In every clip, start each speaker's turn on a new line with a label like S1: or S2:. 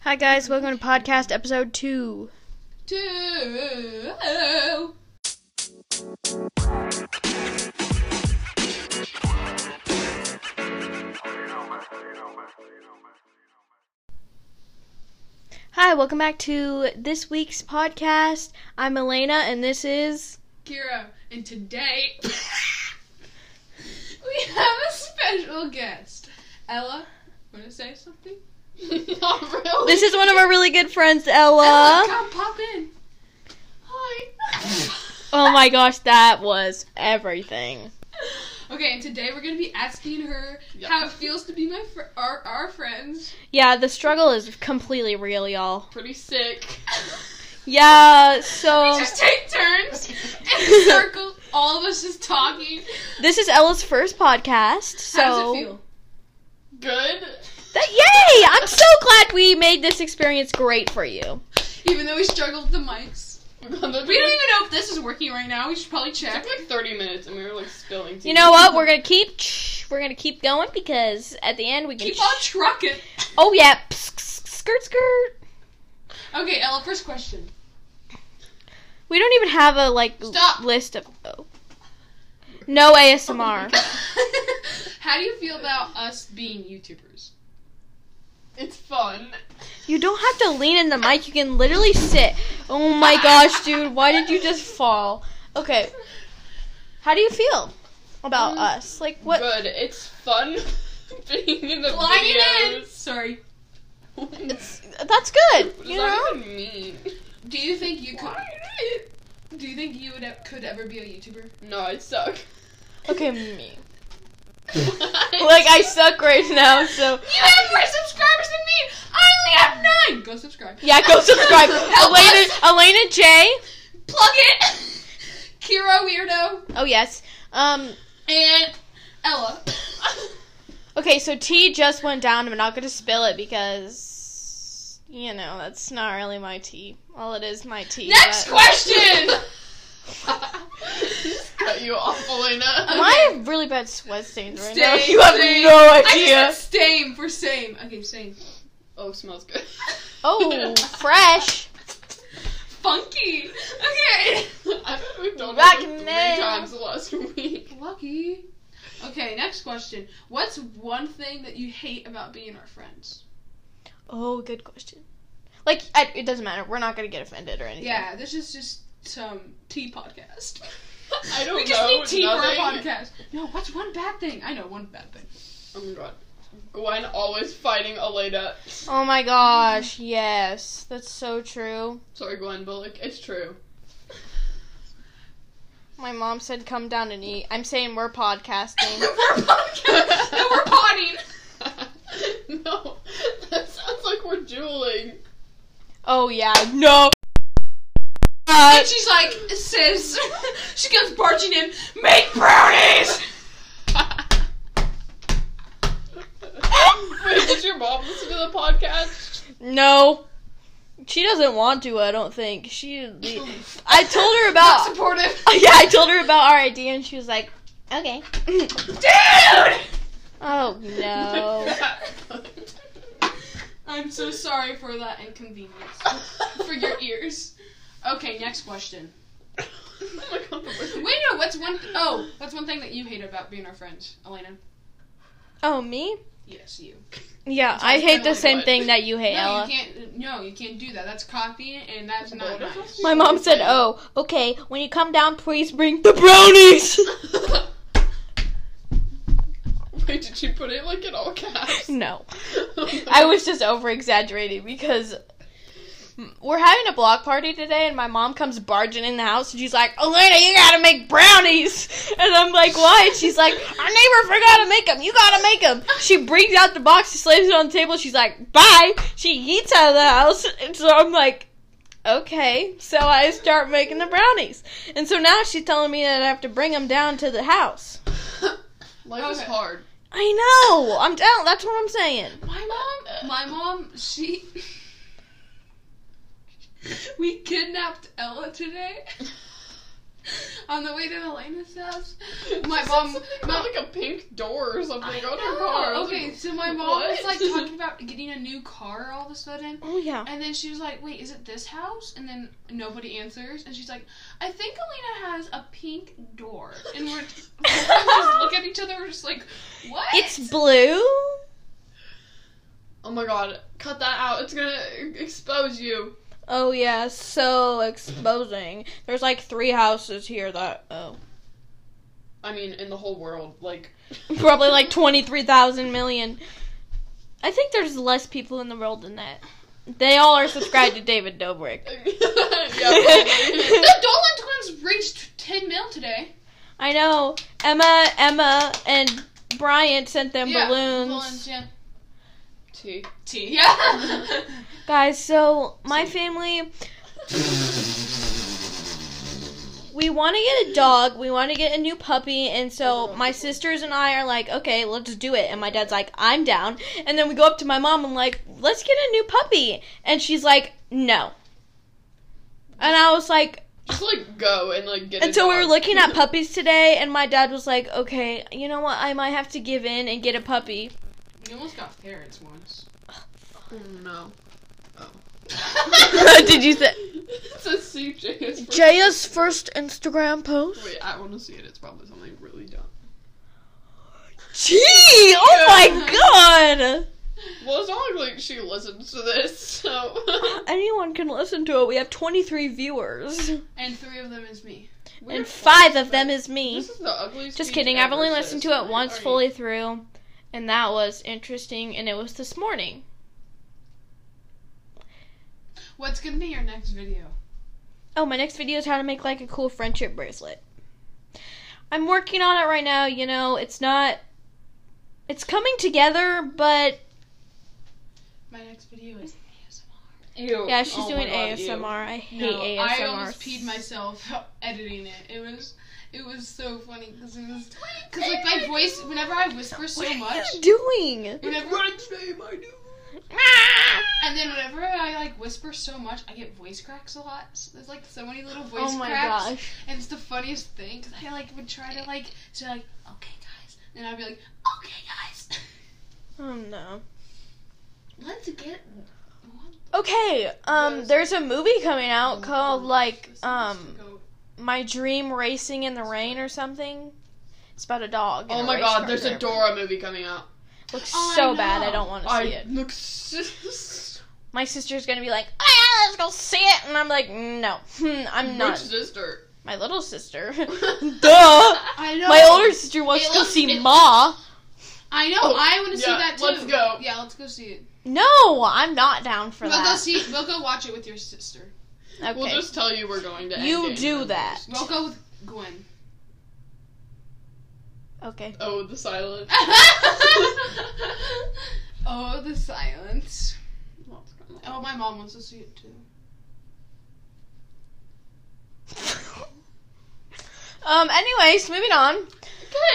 S1: Hi guys, welcome to podcast episode two.
S2: Two.
S1: Hi, welcome back to this week's podcast. I'm Elena, and this is
S2: Kira, and today we have a special guest. Ella, want to say something? Not really.
S1: this is one of our really good friends,
S2: Ella,
S1: Ella.
S2: come pop in. Hi.
S1: Oh my gosh, that was everything.
S2: Okay, and today we're gonna be asking her how it feels to be my fr- our our friends.
S1: Yeah, the struggle is completely real, y'all.
S2: Pretty sick.
S1: Yeah, so
S2: we just take turns in a circle. All of us just talking.
S1: this is Ella's first podcast. So
S2: how does it feel? Good.
S1: That- yay! I'm so glad we made this experience great for you.
S2: Even though we struggled with the mics.
S3: We don't even
S2: We don't even know if this is working right now. We should probably check.
S3: took like 30 minutes and we were like spilling tea.
S1: You know what? We're gonna keep we're gonna keep going because at the end we can
S2: Keep on trucking.
S1: Oh yeah, Psst, sk- skirt skirt.
S2: Okay, Ella, first question.
S1: We don't even have a like l-
S2: Stop.
S1: list of. Oh. No ASMR.
S2: How do you feel about us being YouTubers?
S3: It's fun.
S1: you don't have to lean in the mic. You can literally sit. Oh my gosh, dude! Why did you just fall? Okay. How do you feel about
S3: Mm.
S1: us? Like what?
S3: Good. It's fun being in the
S2: Flying in.
S3: videos.
S2: Sorry.
S1: It's that's good.
S3: What does
S1: You
S3: that
S1: know.
S3: even mean?
S2: Do you think you could?
S3: Flying
S2: Do you think you would e- could ever be a YouTuber?
S3: in. No, I suck.
S1: Okay, me. Like
S3: like
S1: I suck right now, so
S2: You have more subscribers than me. I only have nine. Go subscribe.
S1: yeah. Go subscribe,
S2: Help
S1: Elena.
S2: us.
S1: Elena J.
S2: Plug it. Kira weirdo
S1: Oh yes. Um.
S2: and Ella.
S1: Okay, so tea just went down. I'm not gonna spill it because you know that's not really my tea. All it is my tea.
S2: Next
S1: but-
S2: question.
S3: cut you off, Elena.
S1: Am I have really bad sweat stains right now?
S2: Same,
S1: You have
S2: same.
S1: no
S2: I
S1: idea.
S2: just said same for same. Okay, same.
S3: Oh, smells good.
S1: Oh, fresh.
S2: Funky. Okay.
S3: I bet we've done
S1: Back
S3: that like three
S1: now.
S3: times the last week.
S2: Lucky. Okay, next question. What's one thing that you hate about being our friends?
S1: Oh, good question. Like I, it doesn't matter. We're not gonna get offended or anything.
S2: Yeah, this is just some tea podcast.
S3: I don't
S2: we just
S3: know,
S2: need tea for our
S3: nothing.
S2: podcast. No, what's one bad thing? I know one bad thing.
S3: Oh my god. Gwen always fighting Elena.
S1: Oh my gosh. Yes, that's so true.
S3: Sorry, Gwen, but like, it's true.
S1: My mom said, "Come down and eat." I'm saying we're podcasting.
S2: we're podcast. No, we're potting.
S3: no, that sounds like we're dueling.
S1: oh yeah. No. Uh,
S2: And she's like, sis. she comes barging in. Make brownies.
S3: Wait, did your mom listen to the podcast?
S1: No. She doesn't want to, I don't think. She I told her
S2: Not
S1: about
S2: supportive.
S1: Yeah, I told her about our idea and she was like, "Okay."
S2: Dude.
S1: Oh no.
S2: I'm so sorry for that inconvenience for your ears. Okay, next question.
S3: Oh my god, the
S2: Wait,
S3: way-
S2: no, what's one? oh, what's one thing that you hate about being our friends, Elena?
S1: Oh, me?
S2: Yes, you.
S1: Yeah,
S3: Sounds
S1: I hate the
S3: kinda
S1: same
S3: like
S1: thing
S3: what?
S1: that you hate,
S2: No, you
S1: Ella.
S2: can't. No, you can't do that. That's copying, and that's not nice.
S1: My mom said, "Oh, okay, when you come down, please bring the brownies."
S3: Wait, did she put it like in all caps?
S1: no. I was just over exaggerating because we're having a block party today, and my mom comes barging in the house, and she's like, "Elena, you gotta make brownies," and I'm like, "Why?" And she's like, "Our neighbor forgot to make them. You gotta make them." She brings out the box, she slams it on the table. She's like, "Bye." She eats out of the house, and so I'm like. Okay, so I start making the brownies, and so now she's telling me that I have to bring them down to the house.
S3: Life is
S2: Okay.
S3: hard.
S1: I know. I'm down. That's what I'm saying.
S2: My mom, my mom, she. We kidnapped Ella today.
S3: on the way to Elena's house. My
S2: She said
S3: mom-
S2: something
S3: my-
S2: about, like a pink door or something on Oh her
S3: know.
S2: car. I was
S3: Okay,
S2: like,
S3: so my mom was like
S2: what?
S3: talking about getting a new car all of a sudden.
S1: Oh yeah.
S3: And then she was like, wait, is it this house? And then nobody answers. And she's like, I think Alina has a pink door. And we're we just look at each other, we're just like, what?
S1: It's blue.
S2: oh my god, cut that out. It's gonna expose you.
S1: Oh yeah, so exposing. There's like three houses here that oh
S2: I mean, in the whole world, like.
S1: probably like twenty three thousand million. I think there's less people in the world than that. They all are subscribed to David Dobrik.
S2: yeah,
S3: the Dolan twins reached 10 mil today.
S1: I know. Emma, Emma, and Bryant sent them
S3: Yeah,
S1: balloons.
S3: yeah.
S2: T.
S3: Tea. Yeah.
S1: Guys, so my family, we want to get a dog. We want to get a new puppy. And so my sisters and I are like, okay, let's do it. And my dad's like, I'm down. And then we go up to my mom and like, let's get a new puppy. And she's like, no. And I was like,
S2: Just like go and like get. a
S1: And so we were
S2: dog.
S1: looking at puppies today, and my dad was like, okay, you know what? I might have to give in and get a puppy.
S3: you almost got parents once.
S2: Oh, no.
S1: Did you say?
S2: Oh. It's a CJ. It's for-
S1: Jaya's first Instagram post.
S2: Wait, I want to see it. It's probably something really dumb.
S1: Gee! Oh my
S2: Well, it's not like she listens to this, so.
S1: god! Anyone can listen to it. We have 23 viewers,
S3: and three of them is me.
S1: and five of them is me.
S2: This is the ugliest.
S1: Just
S2: speech
S1: kidding. I've
S2: ever,
S1: only
S2: sis.
S1: listened to it once
S2: Are you-
S1: fully through, and that was interesting. And it was this morning.
S3: What's gonna be your next video?
S1: Oh, my next video is how to make like a cool friendship bracelet. I'm working on it right now, you know, it's not it's coming together, but
S3: My next video is ASMR.
S2: Ew.
S1: yeah, she's
S2: Oh
S1: doing
S2: my God, ew.
S1: ASMR. I
S3: No,
S1: hate ASMR.
S3: I almost peed myself editing it. It was, it was so funny because it was, because like my voice. Whenever I whisper so
S1: What are
S3: much,
S1: you doing?
S3: whenever,
S2: Wednesday, my dude.
S3: and then whenever I like whisper so much, I get voice cracks a lot. So there's like so many little voice
S1: oh my
S3: cracks,
S1: gosh.
S3: and it's the funniest thing. 'cause I like would try to like say like, okay guys, and I'd be like, okay guys,
S1: Oh no.
S3: let's get.
S1: Okay, um there's a movie coming
S3: Oh,
S1: out called like um My Dream Racing in the Rain or something. It's about a dog. and
S2: Oh
S1: a
S2: my
S1: race
S2: god,
S1: car
S2: there's a
S1: driver.
S2: Dora movie coming out.
S1: Looks
S3: Oh, I
S1: so bad. I
S3: know.
S1: don't want to see
S2: I
S1: it.
S2: look. Sis-
S1: my sister's gonna be like, ah, let's go see it, and I'm like, no, hmm, I'm
S2: Which
S1: not.
S2: sister?
S1: My little sister, duh.
S3: I know.
S1: My older sister wants
S3: It
S1: to go
S3: looks-
S1: see
S3: it-
S1: Ma.
S3: I know.
S2: Oh,
S3: I want to see
S2: yeah,
S3: that too.
S2: let's go.
S3: Yeah, let's go see it.
S1: No, I'm not down for
S3: We'll go
S1: that.
S3: see. We'll go watch it with your sister.
S1: okay,
S2: We'll just tell you we're going to.
S1: You
S2: Endgame
S1: do
S2: then.
S1: that.
S3: We'll go with Gwen.
S1: okay.
S2: Oh, the silence.
S3: oh, the silence. Oh, my mom wants to see it too.
S1: um. Anyways, moving on.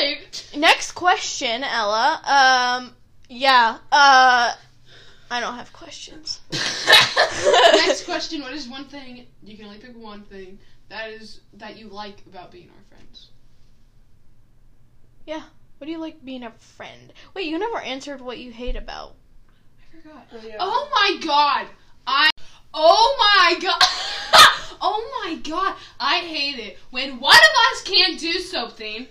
S2: Okay.
S1: Next question, Ella. Um. Yeah. Uh. I don't have questions.
S3: Next question: What is one thing you can only pick one thing that is that you like about being our friends?
S1: What do you like being a friend? Wait, you never answered what you hate about.
S3: I forgot.
S2: Oh, yeah.
S3: Oh my god! I. Oh my god! oh my god! I hate it when one of us can't do something.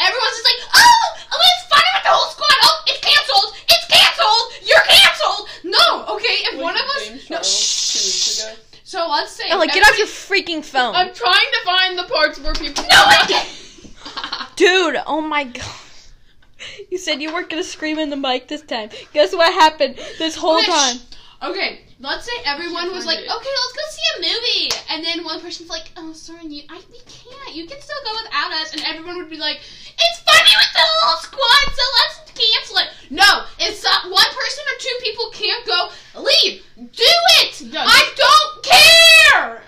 S3: Everyone's just like, oh, let's find out the whole squad. Oh, it's canceled. It's canceled. You're canceled. No, okay. If
S2: Like
S3: one of us,
S2: James
S3: no,
S2: Charles two weeks
S3: shh.
S2: ago.
S3: So let's say,
S1: Ella, get off your freaking phone.
S2: I'm trying to find the parts where people.
S3: No, I can't.
S1: Dude, oh my god. You said you weren't gonna scream in the mic this time. Guess what happened this whole
S3: Okay,
S1: time?
S3: Okay, let's say everyone
S2: Can't
S3: was like,
S2: find
S3: okay,
S2: it.
S3: let's go see a movie, and then one person's like, oh, sorry, you, I, we can't. You can still go without us, and everyone would be like, it's funny with the whole squad, so let's cancel it. No, if so- one person or two people can't go, leave. Do it.
S2: Yeah,
S3: I don't care.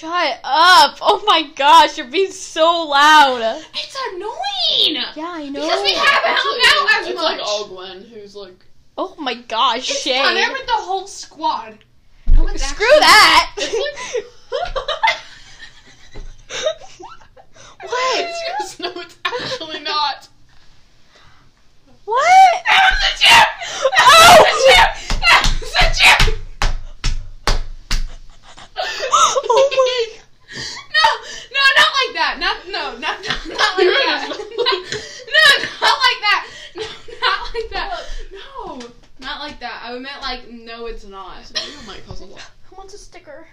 S1: Shut up! Oh my gosh, you're being so loud.
S3: It's annoying
S1: Yeah, I know.
S3: because we haven't
S2: Actually,
S3: hung out as
S2: it's
S3: much.
S2: like all Gwen, who's like.
S1: oh my gosh,
S3: it's
S1: Shay.
S3: funner with the whole squad. No one's
S1: Screw
S3: actually-
S1: that. What?
S2: She goes, no, it's actually not.
S1: What?
S3: That was the chip!
S1: Oh!
S3: That was the chip!
S1: oh my.
S3: No, no, not like that. Not no, not not, not like
S2: You're
S3: that.
S2: just-
S3: no, not like that. No, not like that. No, not like that. I meant like no, it's not.
S2: So you might cause a lot.
S1: Who wants a sticker?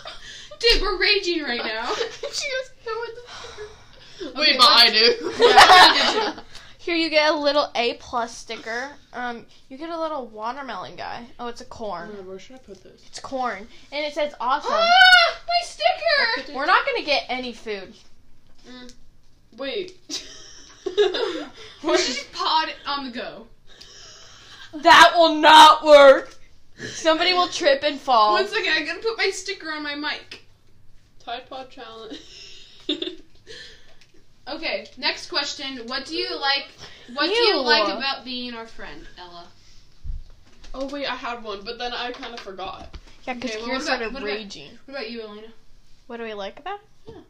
S3: Dude, we're raging right now.
S2: she goes, no, it's not.
S3: Okay,
S2: Wait, but I
S3: let's-
S2: do.
S1: Yeah. Here you get a little A plus sticker. Um, you get a little watermelon guy. Oh, it's a
S3: Mm.
S1: corn.
S2: where should I put this?
S1: It's corn, and it says awesome.
S3: Ah, my sticker.
S1: We're not gonna get any food.
S2: Wait.
S3: We're just pod on the go.
S1: That will not work. Somebody will trip and fall.
S3: One second, I'm gonna put my sticker on my mic.
S2: Tide Pod Challenge.
S3: Okay, next question. What do you like? What do
S1: Ew.
S3: you like about being our friend, Ella?
S2: oh, wait, I had one, but then I kind of forgot.
S1: Yeah, because
S3: Okay, well,
S1: you're
S3: what about-
S1: sort of
S3: what about-
S1: raging.
S3: What about you, Elena?
S1: What do we like about it?
S2: Yeah.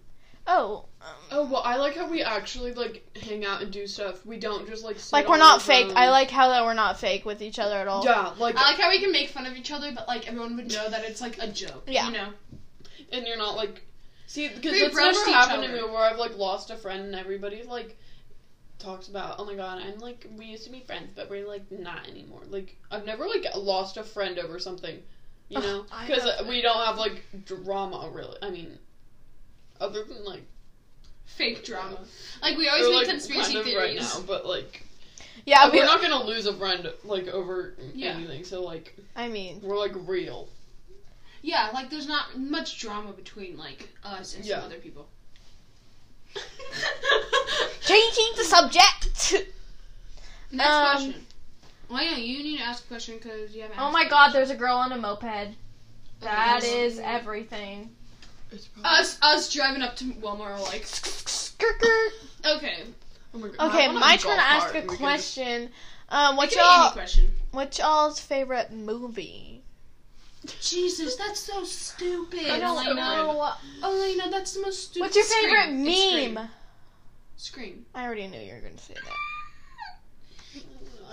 S1: Oh, um,
S2: Oh, well, I like how we actually, like, hang out and do stuff. We don't just, like, sit
S1: like
S2: on
S1: we're not
S2: the
S1: fake.
S2: phone.
S1: I like how that we're not fake with each other at all.
S2: Yeah, like,
S3: I like how we can make fun of each other, but like everyone would know that it's like a joke.
S1: Yeah.
S3: You know.
S2: and you're not, like. See, because
S3: We
S2: that's
S3: roast
S2: never
S3: each
S2: happened to
S3: other.
S2: me where I've, like, lost a friend and everybody, like, talks about, oh my god, I'm, like, we used to be friends, but we're, like, not anymore. Like, I've never, like, lost a friend over something, you
S1: Ugh,
S2: know?
S1: I
S2: Because
S1: have-
S2: we don't have, like, drama, really. I mean, other than, like,
S3: Fake drama. Like we always
S2: we're,
S3: make
S2: like,
S3: conspiracy
S2: kind of right
S3: theories.
S2: now, but, like.
S1: yeah.
S2: Like,
S1: we,
S2: we're not gonna lose a friend like over
S3: Yeah.
S2: anything. So like
S1: I mean,
S2: we're like real.
S3: Yeah, like there's not much drama between like us and
S2: Yeah.
S3: some other people.
S1: changing the subject.
S3: Next
S1: Um,
S3: question. Well, yeah, you need to ask a question because you haven't.
S1: Oh
S3: asked
S1: my
S3: it.
S1: God! There's a girl on a moped. That
S3: Okay.
S1: is everything.
S2: It's probably
S3: Us, us driving up to Walmart, are like,
S1: Skirker.
S3: okay.
S2: oh my God.
S1: Okay,
S2: I wanna
S1: my
S2: golf
S1: turn to ask
S2: cart.
S1: a
S2: We can just-
S1: question. Um,
S3: What
S1: what's
S3: any
S1: y'all
S3: question?
S1: what's y'all's favorite movie?
S3: Jesus, that's so stupid.
S2: I don't
S3: Elena.
S2: know.
S3: Elena, that's the most stupid.
S1: What's your
S3: Scream.
S1: favorite
S3: It's
S1: meme?
S3: Scream. Scream.
S1: I already knew you were gonna say that.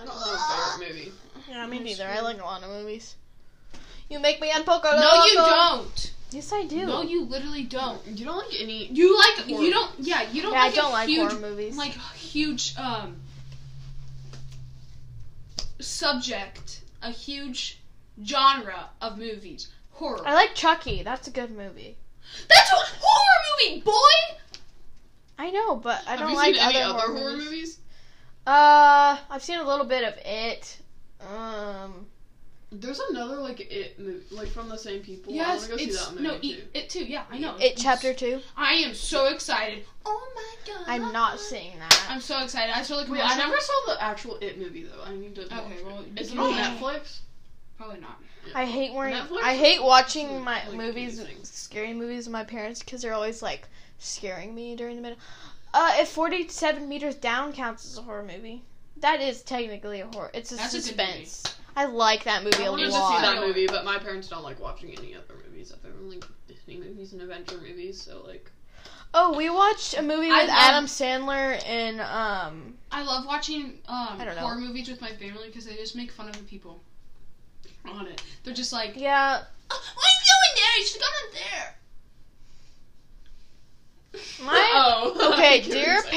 S2: I don't have a favorite movie.
S1: Yeah, me
S3: Mm,
S1: neither. I
S3: Scream.
S1: like a lot of movies. You make me un poco
S3: No, you don't.
S1: Yes, I do.
S3: No, you literally don't.
S2: You don't like any.
S3: You like
S2: Horror.
S3: you don't. Yeah, you don't.
S1: yeah,
S3: like
S1: I don't
S3: a
S1: like
S3: huge,
S1: horror movies.
S3: Like huge um subject, a huge genre of movies. Horror.
S1: I like Chucky. That's a good movie.
S3: That's a horror movie, boy.
S1: I know, but I
S2: have
S1: don't
S2: you
S1: like
S2: seen
S1: other,
S2: any other
S1: horror, movies.
S2: movies?
S1: Uh, I've seen a little bit of it. Um,
S2: There's another like it movie, like from the same people.
S3: yes,
S2: I wanna go
S3: it's
S2: see that movie
S3: no
S2: too.
S3: it, it too. Yeah, I know.
S1: it chapter two.
S3: I am so excited. Oh my god.
S1: I'm not seeing that.
S3: I'm so excited. I still like.
S2: Wait, I never saw the actual It movie though. I need to.
S3: Okay,
S2: watch it.
S3: well, you
S2: is it
S3: can-
S2: on Netflix?
S3: Probably not.
S1: I hate wearing.
S2: Netflix
S1: I hate watching
S2: doesn't
S1: my
S2: like
S1: movies,
S2: anything.
S1: scary movies with my parents because they're always like scaring me during the middle. Uh, if Forty Seven Meters Down counts as a horror movie, that is technically a horror. It's a
S3: That's a good
S1: suspense. I like that movie a
S3: I
S2: I
S1: lot.
S3: wanted
S2: wanted to see that
S3: Why?
S2: movie, but my parents don't like watching any other movies. I've ever like Disney movies and adventure movies, so like.
S1: Oh, we watched a movie
S3: I
S1: with
S3: love-
S1: Adam Sandler and um.
S3: I love watching um,
S1: I don't know.
S3: horror movies with my family because they just make fun of the people on it. They're just like,
S1: Yeah,
S3: "Oh, why are you in there? You should have gone in there.
S1: my.
S2: oh.
S1: Okay,
S2: You're
S1: do your
S2: excited.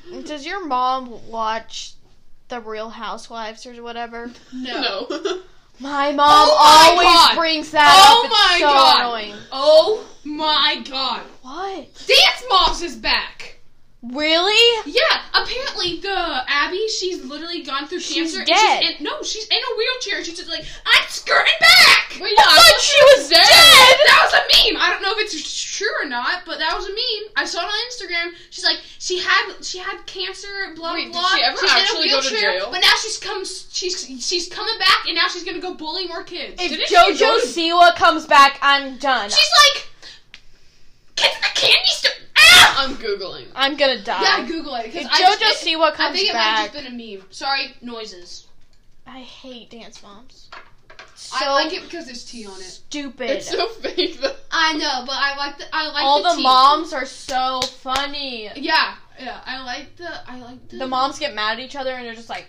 S1: parent? Does your mom watch the Real Housewives or whatever?
S2: No.
S1: My mom
S3: Oh my
S1: always
S3: God.
S1: brings that
S3: Oh
S1: up. It's
S3: my
S1: so
S3: god!
S1: annoying.
S3: Oh my god!
S1: What?
S3: Dance Moms is back.
S1: Really?
S3: Yeah, apparently the Abby, she's literally gone through
S1: She's
S3: cancer.
S1: dead.
S3: And she's in, no, she's in a wheelchair. She's just like, I'm skirting back.
S2: Wait, no, I
S1: thought
S2: thought
S1: she was dead.
S3: That was a meme. I don't know if it's true or not, but that was a meme. I saw it on Instagram. She's like, she had she had cancer, blah
S2: Wait, did
S3: blah.
S2: she ever
S3: she's
S2: actually
S3: in a
S2: go to
S3: wheelchair,
S2: jail?
S3: But now she's comes she's she's coming back, and now she's gonna go bully more kids.
S1: If
S2: Didn't she
S1: JoJo
S2: go to-
S1: Siwa comes back, I'm done.
S3: she's like, kids in the candy store. Ah!
S2: I'm googling.
S1: I'm gonna die.
S3: Yeah, Google it because
S1: if
S3: I
S1: JoJo
S3: just, it,
S1: Siwa
S3: I
S1: comes
S3: think it might
S1: back,
S3: have just been a meme. Sorry, noises.
S1: I hate dance moms. so
S3: I like it because there's tea on it.
S1: stupid.
S2: It's so fake though.
S3: I know, but I like the I like
S1: All
S3: the,
S1: the
S3: tea.
S1: moms are so funny.
S3: Yeah, yeah. I like the I like the
S1: The moms get mad at each other and they're just like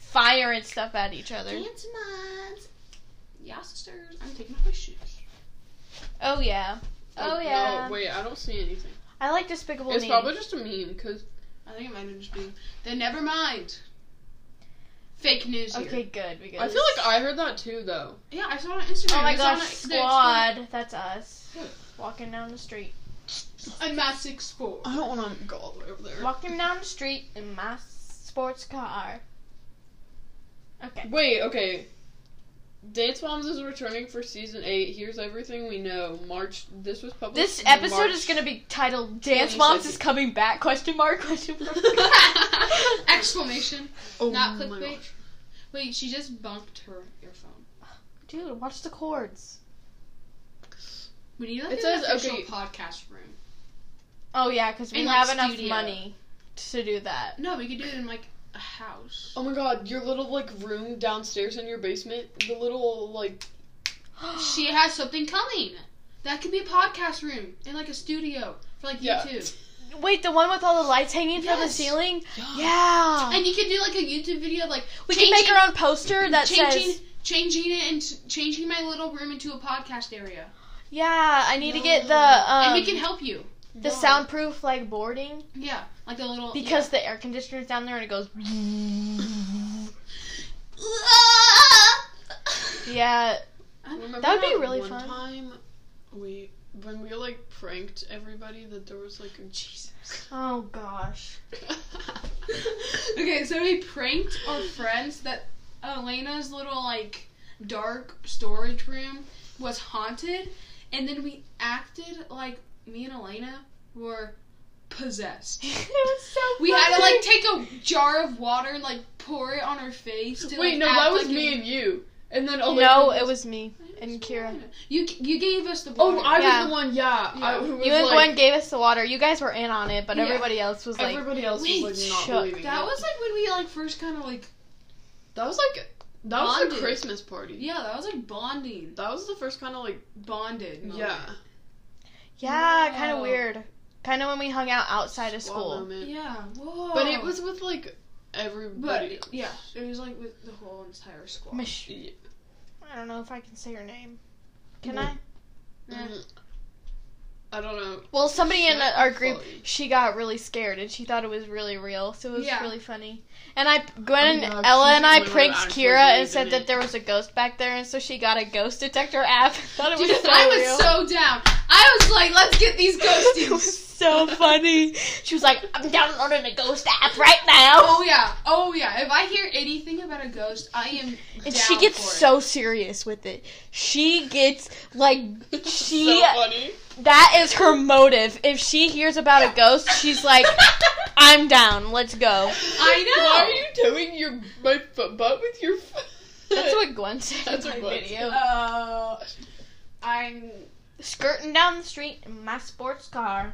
S1: firing stuff at each other.
S3: Dance moms. Yeah, sisters. I'm taking off my shoes.
S1: Oh yeah. Oh yeah.
S2: No, wait, I don't see anything.
S1: I like Despicable
S2: it's
S1: Me.
S2: probably just a meme because
S3: I think it might have just been. Then never mind. Fake news. Here.
S1: okay, good. Because
S2: I feel like I heard that too though.
S3: Yeah, I saw it on Instagram.
S1: Oh my
S3: I saw it on
S1: gosh,
S3: the
S1: squad. That's us. Walking down the street.
S3: Explore- A massive score.
S2: I don't want to go all the way over there.
S1: Walking down the street in my sports car. Okay.
S2: Wait, okay. Dance Moms is returning for season eight. Here's everything we know. March. This was published.
S1: This
S2: in
S1: episode
S2: March.
S1: is gonna be titled "Dance Moms is Coming Back?" Question mark? Question mark?
S3: Exclamation!
S2: Oh
S3: Not
S2: my
S3: clickbait.
S2: gosh.
S3: Wait, she just bumped her earphone.
S1: Dude, watch the chords.
S3: We need like
S2: It
S3: an
S2: says,
S3: official
S2: okay-
S3: podcast room.
S1: Oh yeah, because we
S3: And, like,
S1: have enough
S3: studio.
S1: money to do that.
S3: No, we could do it in like a house.
S2: Oh my god, your little like room downstairs in your basement. The little like.
S3: She has something coming. That could be a podcast room in like a studio for like
S2: Yeah.
S3: YouTube.
S1: Wait, the one with all the lights hanging from the
S3: Yes.
S1: ceiling? Yeah.
S3: And you could do like a YouTube video of like
S1: we can make our own poster that
S3: changing
S1: says,
S3: changing it and changing my little room into a podcast area.
S1: "Yeah, I need to get the um,
S3: and we can help you.
S1: the soundproof like boarding
S3: Yeah, like the little
S1: because the air conditioner's down there and it goes."
S3: yeah.
S1: Yeah,
S2: Remember
S1: That would be really
S2: one
S1: fun.
S2: time we when we like pranked everybody that there was like a Jesus.
S1: Oh gosh.
S3: okay, so we pranked our friends that Elena's little like dark storage room was haunted, and then we acted like me and Elena were possessed.
S1: it was so
S3: We had to like take a jar of water and like pour it on her face. To,
S2: Wait,
S3: like,
S2: no,
S3: act
S2: that was
S3: like
S2: me and you. And then Olivia
S1: No,
S2: was-
S1: it was me and Kira.
S3: You you gave us the water.
S2: Oh, I
S1: Yeah.
S2: was the one. Yeah, I
S3: Yeah.
S2: was
S1: You and
S2: like,
S1: Gwen gave us the water. You guys were in on it, but
S3: Yeah.
S1: everybody else was like,
S2: everybody else
S3: Wait,
S2: was like not
S1: shook.
S2: believing.
S3: that
S2: it.
S3: was like when we like first kind of like
S2: that was like that was
S3: Bonded.
S2: the Christmas party.
S3: yeah that was like bonding
S2: That was the first kind of like
S3: bonded. moment.
S2: yeah
S1: yeah, kind of
S3: Wow.
S1: weird. Kind of when we hung out outside of
S2: squad
S1: school.
S2: moment.
S3: Yeah. Whoa.
S2: But
S1: Oh.
S2: it was with like everybody.
S3: But yeah, it was like with the whole entire squad.
S1: Mish-
S2: Yeah.
S1: I don't know if I can say her name. Can
S2: Mhm.
S1: I?
S2: Mm. I don't know.
S1: Well, somebody in
S2: Might be
S1: our group,
S2: funny.
S1: she got really scared and she thought it was really real, so it was
S3: Yeah.
S1: really funny. And I, Gwen,
S2: Oh my
S1: and
S2: God,
S1: Ella,
S2: she's
S1: and
S2: the
S1: I
S2: one who
S1: pranked
S2: actually
S1: Kira and
S2: believed
S1: said
S2: in
S1: that
S2: it.
S1: there was a ghost back there, and so she got a ghost detector app. thought it was
S3: Dude,
S1: so
S3: I was
S1: real.
S3: so down. I was like, let's get these
S1: it was
S3: ghosties.
S1: so funny. She was like, I'm downloading a ghost app right now.
S3: oh yeah, oh yeah. If I hear anything about a ghost, I am.
S1: And
S3: down
S1: she gets
S3: for it.
S1: so serious with it. She gets like she
S2: so funny.
S1: that is her motive. If she hears about a ghost, she's like, I'm down, let's go.
S3: I know.
S2: Why are you doing your my f- butt with your? F-
S1: That's what Gwen said
S2: That's
S1: in
S2: what
S1: my
S2: Gwen
S1: video.
S3: Uh, I'm.
S1: Skirting down the street in my sports car.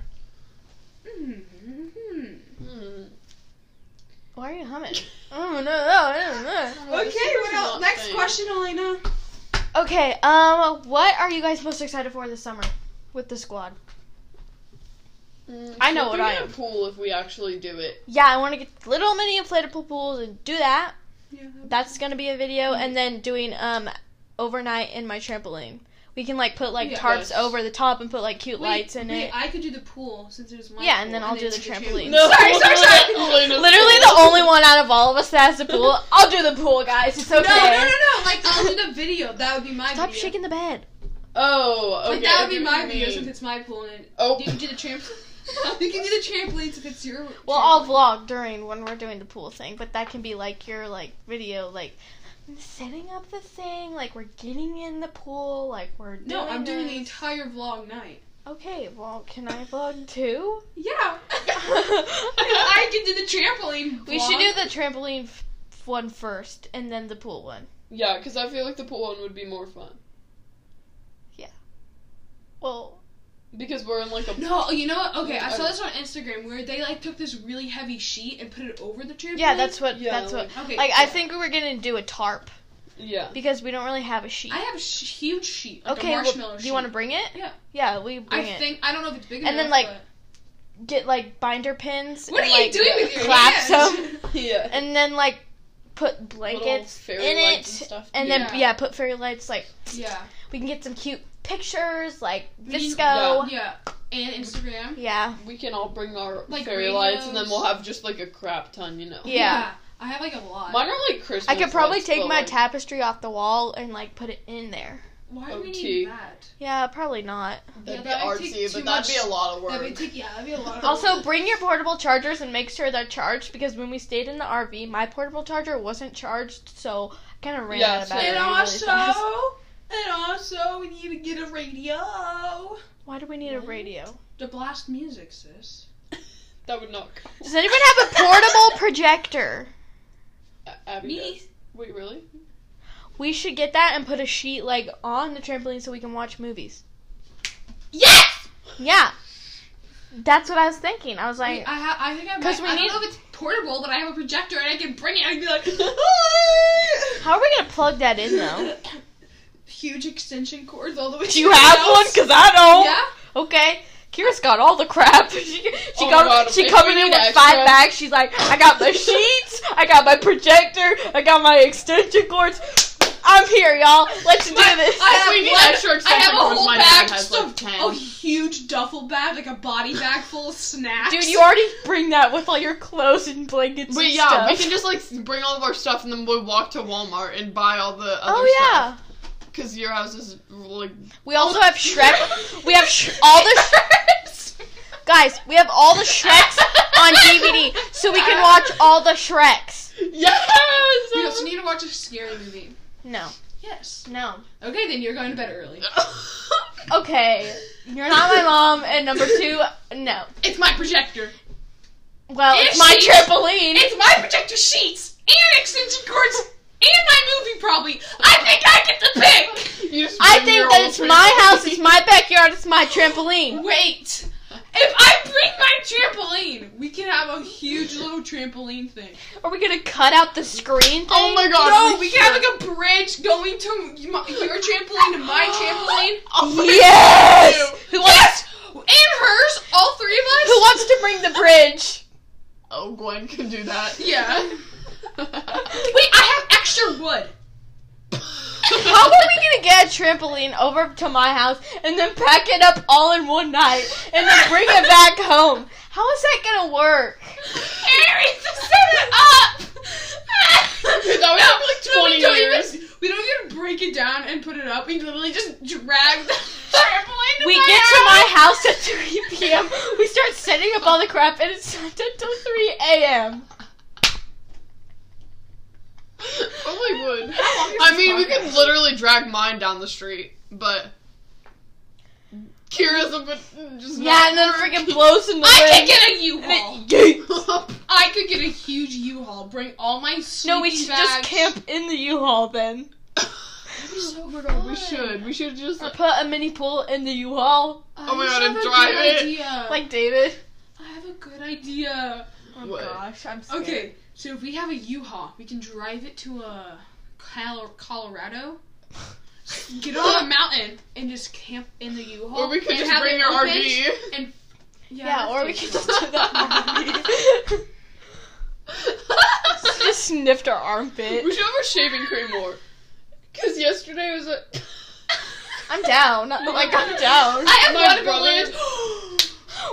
S3: hmm, Mhm.
S2: Hmm.
S1: Why are you humming? Oh no, no, I don't know.
S2: Well,
S3: Okay,
S2: this is
S3: what else?
S2: not
S3: Next
S2: saying.
S3: question, Elena.
S1: Okay, um, what are you guys most excited for this summer with the squad?
S2: Mm,
S1: I know
S2: should
S1: what
S2: we
S1: I
S2: get a
S1: am.
S2: Pool if we actually do it.
S1: Yeah, I want to get little mini inflatable pools and do that.
S3: Yeah.
S1: That's gonna be a video,
S3: Mm-hmm.
S1: and then doing um overnight in my trampoline. We can like put like
S3: Yeah.
S1: tarps
S2: Yes.
S1: over the top and put like cute
S3: Wait,
S1: lights in
S3: wait,
S1: it.
S3: I could do the pool since it was my.
S1: Yeah, and then
S3: pool,
S1: I'll do
S3: it's
S1: the
S3: your
S1: trampoline.
S3: Sorry, sorry, sorry.
S2: Elena's
S1: Literally the
S2: pool.
S1: only one out of all of us that has the pool. I'll do the pool, guys. It's okay.
S3: No, no, no, no. Like I'll do the video. That would be my.
S1: Stop
S3: video.
S1: shaking the bed.
S2: Oh, okay.
S3: Like that
S2: I
S3: would be
S2: get what
S3: my
S2: you
S3: video
S2: mean.
S3: since it's my pool and
S2: Oh.
S3: you can do the trampoline. you can do the trampoline since it's your.
S1: Well, I'll vlog during when we're doing the pool thing, but that can be like your like video, like I'm setting up the thing, like we're getting in the pool, like we're doing
S3: No, I'm doing
S1: this.
S3: the entire vlog night.
S1: Okay, well, can I vlog too?
S3: Yeah. I can do the trampoline.
S1: We should do the trampoline f- one first, and then the pool one.
S2: Yeah, because I feel like the pool one would be more fun
S1: Well,
S2: because we're in like a.
S3: No, you know what? Okay, I saw this on Instagram where they like took this really heavy sheet and put it over the trampoline.
S1: yeah, that's what
S2: Yeah,
S1: that's what.
S3: Okay.
S1: Like, I
S3: yeah.
S1: think we were gonna do a tarp
S2: Yeah.
S1: because we don't really have a sheep.
S3: I have a sh- huge sheet. Like
S1: okay,
S3: a
S1: well,
S3: marshmallow
S1: do
S3: sheet.
S1: you want to bring it?
S3: Yeah.
S1: Yeah, we can
S3: I
S1: bring it.
S3: think I don't know if it's big enough.
S1: And then, like,
S3: but-
S1: Get like binder pins.
S3: what are
S1: and,
S3: you
S1: like,
S3: doing with your
S1: clap
S3: hands?
S1: some,
S2: Yeah.
S1: and then like put
S2: Little
S1: blankets in
S2: fairy
S1: it,
S2: lights and stuff.
S1: and
S3: Yeah.
S1: then yeah, put fairy lights. Like
S3: Yeah.
S1: we can get some cute pictures, like
S3: We need-
S1: visco.
S3: Yeah. And Instagram.
S1: yeah.
S2: we can all bring our
S3: Like
S2: fairy
S3: radios.
S2: lights, and then we'll have just like a crap ton, you know.
S1: Yeah.
S3: I have like a lot.
S2: Mine are like Christmas.
S1: I could probably
S2: lights,
S1: take
S2: but,
S1: my
S2: like,
S1: tapestry off the wall and like put it in there.
S3: Why do we
S2: OT.
S3: need that?
S1: Yeah, probably not.
S2: That'd
S3: Yeah, that would
S2: be
S3: take
S2: artsy,
S3: too
S2: but that'd be
S3: much-
S2: a lot of work.
S3: That'd be take, yeah, that'd be a lot of
S1: Also, bring your portable chargers and make sure they're charged because when we stayed in the RV, my portable charger wasn't charged, so I kind of ran
S2: Yeah,
S1: out of
S2: so-
S1: battery.
S3: and
S1: really
S3: also
S1: fast.
S3: and also we need to get a radio
S1: why do we need a radio?
S3: to blast music, sis.
S2: that would not. Count.
S1: Does anyone have a portable projector?
S2: A- Abby
S3: Me?
S2: does. Wait, really?
S1: We should get that and put a sheet like on the trampoline so we can watch movies.
S3: Yes.
S1: Yeah, that's what I was thinking. I was
S3: I
S1: like,
S3: I, ha- I think I might.
S1: 'Cause we
S3: I
S1: need-
S3: don't know if it's portable, but I have a projector and I can bring it. I'd be like,
S1: how are we gonna plug that in though?
S3: Huge extension cords all the way.
S1: Do you have one? Cause I don't.
S3: Yeah.
S1: Okay. Kira's got all the crap. She, she
S2: Oh my
S1: got
S2: God,
S1: she
S2: if
S1: coming
S2: we
S1: in
S2: need
S1: with
S2: extra-
S1: five bags. She's like, I got my sheets, I got my projector, I got my extension cords. I'm here, y'all. Let's do
S3: My-
S1: this.
S3: I have
S2: We need
S3: one-
S2: extra
S3: I
S2: extension
S3: have a
S2: cords.
S3: whole oh,
S2: My
S3: bag
S2: dad has,
S3: just
S2: like,
S3: a-
S2: 10.
S3: a huge duffel bag, like a body bag full of snacks.
S1: Dude, you already bring that with all your clothes and blankets.
S2: But
S1: and
S2: yeah,
S1: stuff.
S2: we can just like bring all of our stuff, and then we'll walk to Walmart and buy all the. Other
S1: Oh yeah.
S2: Because your house is like.
S1: We also
S2: Oh.
S1: have Shrek. We have sh- all the Shreks. Guys, we have all the Shreks on DVD, so we can watch all the Shreks.
S2: Yes.
S3: We also need to watch a scary movie.
S1: No,
S3: Yes.
S1: no.
S3: Okay, then you're going to bed early.
S1: Okay, you're not my mom, and number two, no.
S3: It's my projector.
S1: Well,
S3: If
S1: it's my
S3: she-
S1: trampoline.
S3: It's my projector sheets and extension cords and my movie probably. I think I get the pick.
S2: You just
S1: I
S2: bring your
S1: think that
S2: old
S1: it's my
S2: trampoline.
S1: house, it's my backyard, it's my trampoline.
S3: Wait. If I bring my trampoline, we can have a huge little trampoline thing.
S1: Are we gonna cut out the screen? Thing?
S2: Oh my god.
S3: No, we can have like a bridge going to my, your trampoline to my trampoline.
S2: Oh my
S1: Yes!
S2: God.
S1: Who wants?
S3: Yes, and hers, all three of us.
S1: Who wants to bring the bridge?
S2: Oh, Gwen can do that.
S3: Yeah. Wait, I have extra wood.
S1: How are we gonna get a trampoline over to my house and then pack it up all in one night and then bring it back home? How is that gonna work?
S3: Harry, to set it up.
S2: That would have, like, 20
S3: we don't
S2: years.
S3: Even, we don't even break it down and put it up. We literally just drag the trampoline. To
S1: We
S3: my
S1: get to
S3: house.
S1: my house at 3 p.m. We start setting up all the crap, and it's not until 3 a.m.
S2: oh my wood.
S3: How long is
S2: I
S3: this
S2: mean, we
S3: podcast?
S2: could literally drag mine down the street, but Kira's a bit just
S1: Yeah, and then freaking blows in the
S3: I
S1: wind.
S3: could get a U-Haul.
S2: and then freaking.
S3: I could get a huge U-Haul. Bring all my sleeping
S1: no, we should just
S3: bags.
S1: camp in the U-Haul then.
S3: So
S2: oh my god, we
S3: fun.
S2: should. We should just.
S1: Or put a mini pool in the U-Haul,
S3: I
S2: my
S3: just
S2: God,
S3: have
S2: and
S3: a
S2: drive
S3: good
S2: it.
S3: Idea.
S1: like David.
S3: I have a good idea.
S1: Oh
S2: What?
S1: gosh, I'm scared.
S3: Okay, so if we have a U-Haul, we can drive it to a Col- Colorado. Get on a mountain and just camp in the U-Haul.
S2: Or we could
S3: and
S2: just
S3: have
S2: bring
S3: it
S2: your
S3: open.
S2: RV.
S1: Yeah, or we
S3: that's
S1: could
S3: pretty
S1: just do that. in the movie. just sniffed our armpit.
S2: we should have our shaving cream more. Cause yesterday was a.
S1: I'm down. Like I'm down.
S3: I have
S2: My
S3: water
S2: brother-
S3: balloons.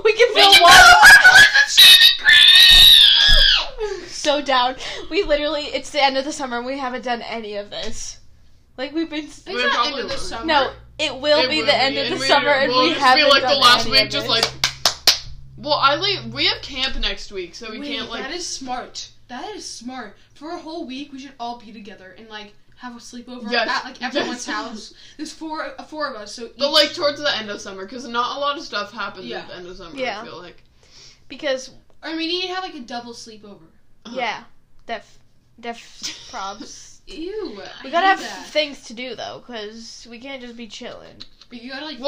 S1: We can
S3: We
S1: fill
S3: can
S1: one.
S3: fill water balloons with shaving cream.
S1: so down. We literally, it's the end of the summer and we haven't done any of this. Like we've been.
S3: It's
S2: We
S3: not
S2: probably
S3: end of the
S2: won't.
S3: summer.
S1: No, it will
S2: It
S1: be
S2: would
S1: the end of
S2: and
S1: the
S2: we-
S1: summer and
S2: we'll
S1: we
S2: just
S1: haven't
S2: be like
S1: done
S2: the last
S1: any
S2: week,
S1: of
S2: just
S1: this.
S2: like. Well, I leave. We have camp next week, so we
S3: Wait,
S2: can't like.
S3: that is smart. That is smart. For a whole week, we should all be together and like have a sleepover
S2: Yes.
S3: at like everyone's
S2: Yes.
S3: house. There's four uh, four of us, so
S2: But
S3: each-
S2: like towards the end of summer, because not a lot of stuff happens
S3: Yeah.
S2: at the end of summer.
S1: Yeah.
S2: I feel like.
S1: because
S3: I mean, you need to have like a double sleepover.
S1: yeah, def def probs.
S3: Ew.
S1: We gotta have things to do though, cause we can't just be chilling.
S3: But you gotta like